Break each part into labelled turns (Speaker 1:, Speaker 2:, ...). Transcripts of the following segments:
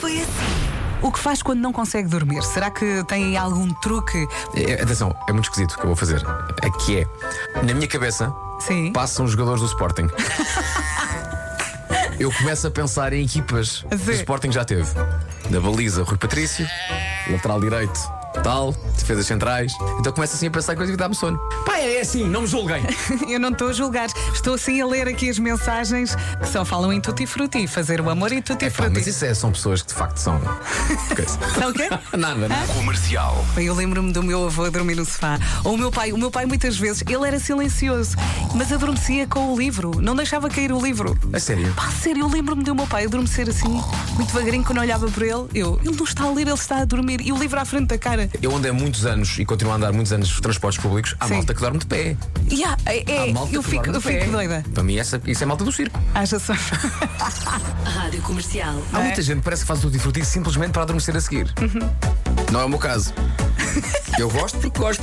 Speaker 1: foi assim. O que faz quando não consegue dormir? Será que tem aí algum truque?
Speaker 2: É, atenção, é muito esquisito o que eu vou fazer. Aqui é. Na minha cabeça
Speaker 1: Sim.
Speaker 2: passam os jogadores do Sporting. eu começo a pensar em equipas que o
Speaker 1: Sim.
Speaker 2: Sporting já teve. Da baliza, Rui Patrício, lateral direito, tal, defesas centrais. Então começo assim a pensar em coisas que dá-me sono.
Speaker 3: Pá, é assim, não me julguem.
Speaker 1: Eu não estou a julgar. Estou assim a ler aqui as mensagens que só falam em tutti frutti, fazer o amor em tutti
Speaker 2: É, pá, mas
Speaker 1: frutti.
Speaker 2: isso é, são pessoas que de facto são. coisa.
Speaker 1: Sabe o quê?
Speaker 2: nada, nada.
Speaker 4: Comercial.
Speaker 1: Bem, Eu lembro-me do meu avô a dormir no sofá. Ou o meu pai. O meu pai, muitas vezes, ele era silencioso, mas adormecia com o livro. Não deixava cair o livro.
Speaker 2: A sério.
Speaker 1: Pá, sério, eu lembro-me do meu pai adormecer assim, muito devagarinho, quando eu olhava para ele. Eu, ele não está a ler, ele está a dormir. E o livro à frente da cara.
Speaker 2: Eu andei muitos anos e continuo a andar muitos anos nos transportes públicos. Há
Speaker 1: Sim.
Speaker 2: malta que dorme de pé.
Speaker 1: E há- é, é,
Speaker 2: Há malta
Speaker 1: eu
Speaker 2: que
Speaker 1: fico,
Speaker 2: dorme
Speaker 1: eu
Speaker 2: de pé.
Speaker 1: fico doida.
Speaker 2: Para mim, essa, isso é malta do circo.
Speaker 1: Haja só.
Speaker 5: Rádio Comercial.
Speaker 2: Há
Speaker 1: É.
Speaker 2: muita gente que parece que faz o tutti-frutti simplesmente para adormecer a seguir. Não é o meu caso. Eu gosto porque gosto.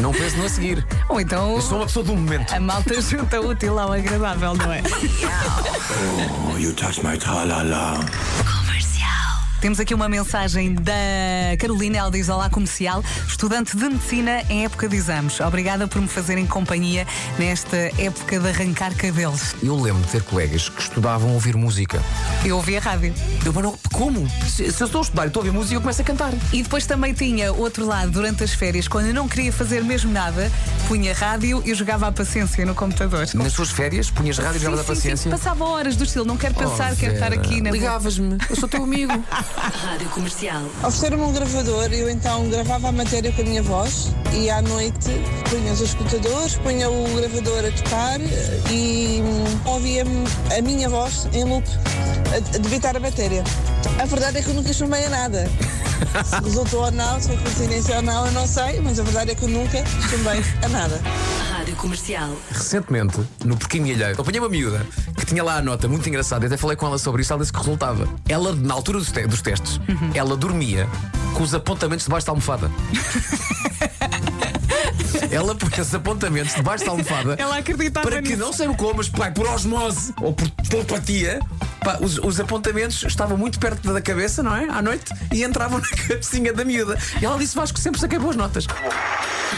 Speaker 2: Não penso no a seguir.
Speaker 1: Ou então
Speaker 2: Eu sou uma pessoa do momento.
Speaker 1: a malta junta o útil ao agradável, não é?
Speaker 4: You touch my tra-la-la.
Speaker 1: Temos aqui uma mensagem da Carolina, ela diz Olá Comercial, estudante de medicina em época de exames. Obrigada por me fazerem companhia nesta época de arrancar cabelos.
Speaker 2: Eu lembro de ter colegas que estudavam a ouvir música.
Speaker 1: Eu ouvi a rádio.
Speaker 2: Eu, mas não, como? Se, se eu estou a estudar e estou a ouvir música, eu começo a cantar.
Speaker 1: E depois também tinha outro lado, durante as férias, quando eu não queria fazer mesmo nada, punha rádio e jogava a paciência no computador.
Speaker 2: Nas tuas férias, punhas rádio e jogavas
Speaker 1: Sim, sim,
Speaker 2: a paciência. Oh,
Speaker 1: sim, passava horas do estilo, não quero pensar, quero estar
Speaker 2: Vera,
Speaker 1: aqui na boa.
Speaker 2: Ligavas-me. Eu sou teu amigo.
Speaker 5: Rádio Comercial.
Speaker 6: Ofereceram-me um gravador, eu então gravava a matéria com a minha voz e à noite punha os escutadores, punha o gravador a tocar e hum, ouvia-me a minha voz em loop a a debitar a matéria. A verdade é que eu nunca chumbei a nada. Se resultou ou não, se foi coincidência ou não, eu não sei, mas a verdade é que eu nunca chumbei a nada.
Speaker 5: Rádio Comercial.
Speaker 2: Recentemente, no Porquinho Alheiro, apanhei uma miúda que tinha lá a nota muito engraçada. Eu até falei com ela sobre isso. Ela disse que resultava. Ela, na altura dos, te- dos testes,
Speaker 1: Uhum.
Speaker 2: ela dormia com os apontamentos debaixo da almofada. ela punha os apontamentos debaixo da almofada.
Speaker 1: Ela acreditava
Speaker 2: Para que
Speaker 1: nisso.
Speaker 2: não sei como, mas pá, por osmose ou por telepatia, pá, os, os apontamentos estavam muito perto da cabeça, não é? À noite, e entravam na cabecinha da miúda. E ela disse: Vasco, sempre saquei boas notas.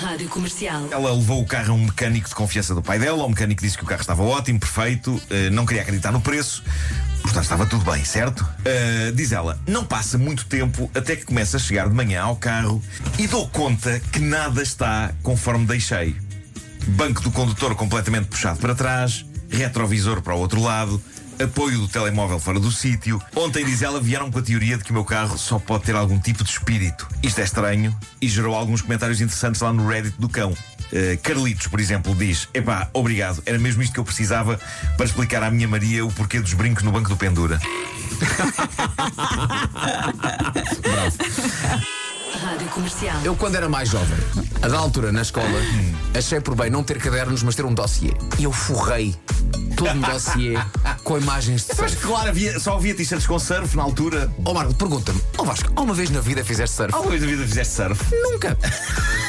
Speaker 5: Rádio Comercial.
Speaker 7: Ela levou o carro a um mecânico de confiança do pai dela. O mecânico disse que o carro estava ótimo, perfeito, eh, não queria acreditar no preço. Portanto, estava tudo bem, certo? Eh, diz ela, não passa muito tempo até que começa a chegar de manhã ao carro e dou conta que nada está conforme deixei. Banco do condutor completamente puxado para trás, retrovisor para o outro lado, apoio do telemóvel fora do sítio. Ontem, diz ela, vieram com a teoria de que o meu carro só pode ter algum tipo de espírito. Isto é estranho e gerou alguns comentários interessantes lá no Reddit do cão. Eh, Carlitos, por exemplo, diz: Epá, obrigado, era mesmo isto que eu precisava para explicar à minha Maria o porquê dos brincos no banco do Pendura.
Speaker 5: Rádio Comercial.
Speaker 2: Eu, quando era mais jovem, a da altura na escola, achei por bem não ter cadernos, mas ter um dossiê. E eu forrei todo um dossiê com imagens de
Speaker 7: Mas
Speaker 2: surf.
Speaker 7: claro, havia- só havia t-shirts com surf na altura.
Speaker 2: Ó Marco, pergunta-me, ó Vasco, alguma vez na vida fizeste surf?
Speaker 7: Alguma vez na vida fizeste surf?
Speaker 2: Nunca!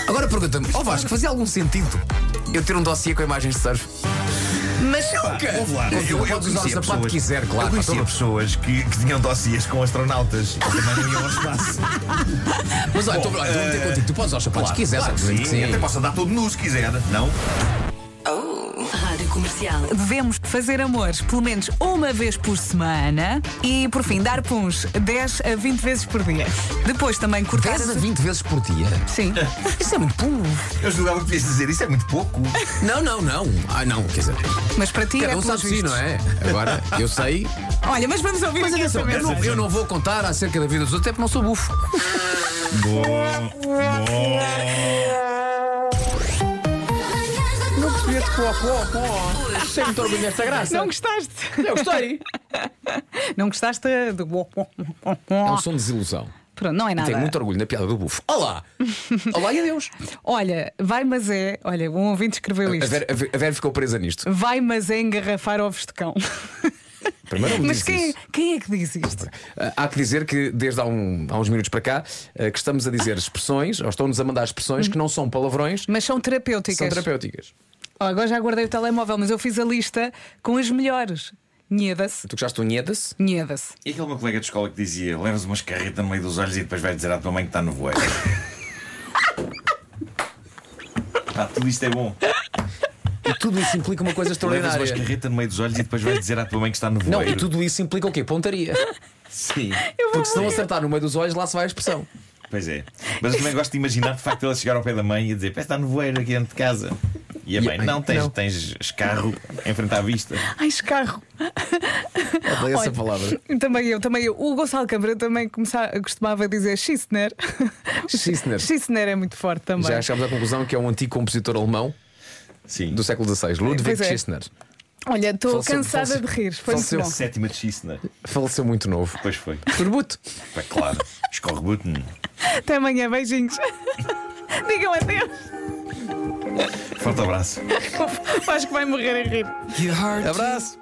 Speaker 2: Agora pergunta-me, ó Vasco, fazia algum sentido eu ter um dossiê com imagens de surf?
Speaker 7: Mas nunca! Vamos lá,
Speaker 2: Eu- eu
Speaker 7: conhecia
Speaker 2: usar o sapato
Speaker 7: pessoas-
Speaker 2: que quiser, claro,
Speaker 7: Eu
Speaker 2: pá,
Speaker 7: conhecia
Speaker 2: todo-
Speaker 7: pessoas que, que tinham dossiês com astronautas que também não iam ao espaço.
Speaker 2: Mas olha,
Speaker 7: Bom,
Speaker 2: estou a meter
Speaker 7: eh,
Speaker 2: contigo, tu podes aos sapatos que quiser,
Speaker 7: claro que
Speaker 2: obviamente
Speaker 7: sim.
Speaker 2: que
Speaker 7: Até posso andar todo nu se quiser, não?
Speaker 5: Rádio Comercial.
Speaker 1: Devemos fazer amor pelo menos uma vez por semana e, por fim, dar puns 10 a 20 vezes por dia. Depois também cortar.
Speaker 2: 10 a
Speaker 1: as-
Speaker 2: 20 vezes por dia?
Speaker 1: Sim.
Speaker 2: Isso é muito pulo.
Speaker 7: Eu julgava que devias dizer, isso é muito pouco.
Speaker 2: Não, não, não. Ah, não, quer dizer.
Speaker 1: Mas para ti
Speaker 2: Cada
Speaker 1: é
Speaker 2: um
Speaker 1: pelos
Speaker 2: sabe de si,
Speaker 1: vistos.
Speaker 2: não é? Agora, eu sei.
Speaker 1: Olha, mas vamos ouvir
Speaker 2: Mas
Speaker 1: aqui
Speaker 2: atenção,
Speaker 1: essa
Speaker 2: eu não, eu não vou contar acerca da vida dos outros, até porque não sou bufo.
Speaker 7: Bom, bom.
Speaker 1: Não gostaste? Eu gostei. não gostaste do.
Speaker 2: É um som de desilusão.
Speaker 1: Pronto, não é nada.
Speaker 2: Tenho muito orgulho na piada do bufo. Olá! Olá e adeus!
Speaker 1: Olha, vai, mas é. Olha, um ouvinte escreveu
Speaker 2: A
Speaker 1: isto.
Speaker 2: Vera, a Vera- a Vera ficou presa nisto.
Speaker 1: Vai, mas é engarrafar ovos de cão.
Speaker 2: Primeiro não me
Speaker 1: mas
Speaker 2: disse
Speaker 1: quem,
Speaker 2: isso.
Speaker 1: quem é que diz isto?
Speaker 2: Ah, Há que dizer que desde há, um- há uns minutos para cá ah, que estamos a dizer expressões, ou estão-nos a mandar expressões que não são palavrões,
Speaker 1: Mas são
Speaker 2: que
Speaker 1: terapêuticas.
Speaker 2: são terapêuticas.
Speaker 1: Ó, agora já guardei o telemóvel, mas eu fiz a lista com as melhores. Nheda-se.
Speaker 2: Tu gostaste do Niedas?
Speaker 1: Nheda-se.
Speaker 7: E aquele meu colega de escola que dizia: levas umas carretas no meio dos olhos e depois vais dizer à tua mãe que está no voeiro. Pá, tudo isto é bom.
Speaker 2: E tudo isso implica uma coisa
Speaker 7: Levas umas
Speaker 2: extraordinária.
Speaker 7: carretas no meio dos olhos e depois vais dizer à tua mãe que está no
Speaker 2: Não,
Speaker 7: voeiro.
Speaker 2: e tudo isso implica o quê? Pontaria.
Speaker 7: Sim.
Speaker 2: Porque se não acertar no meio dos olhos, lá se vai a expressão.
Speaker 7: Pois é. Mas eu também gosto de imaginar de facto ela chegar ao pé da mãe e dizer: parece que está no voeiro aqui dentro de casa. E a mãe: não, tens,
Speaker 2: não.
Speaker 7: tens escarro em frente à vista.
Speaker 1: Ai, escarro.
Speaker 2: Odeio essa palavra.
Speaker 1: Também eu, também eu. O Gonçalo Câmara também começava, costumava dizer Schissner.
Speaker 2: Schissner.
Speaker 1: Schissner é muito forte também.
Speaker 2: Já chegámos à conclusão que é um antigo compositor alemão
Speaker 7: Sim.
Speaker 2: do século XVI, Ludwig
Speaker 1: Pois é.
Speaker 2: Schissner.
Speaker 1: Olha, estou
Speaker 2: Faleceu-
Speaker 1: cansada
Speaker 2: faleceu-
Speaker 1: de rir. Foi muito
Speaker 2: faleceu-
Speaker 1: bom.
Speaker 7: Sétima de Schissner.
Speaker 2: Faleceu muito novo.
Speaker 7: Pois foi.
Speaker 2: Turbuto.
Speaker 7: Pá, claro. né? Escorre button.
Speaker 1: Até amanhã, beijinhos. Digam adeus.
Speaker 7: Forte abraço.
Speaker 1: Acho que vai morrer a rir.
Speaker 2: Abraço.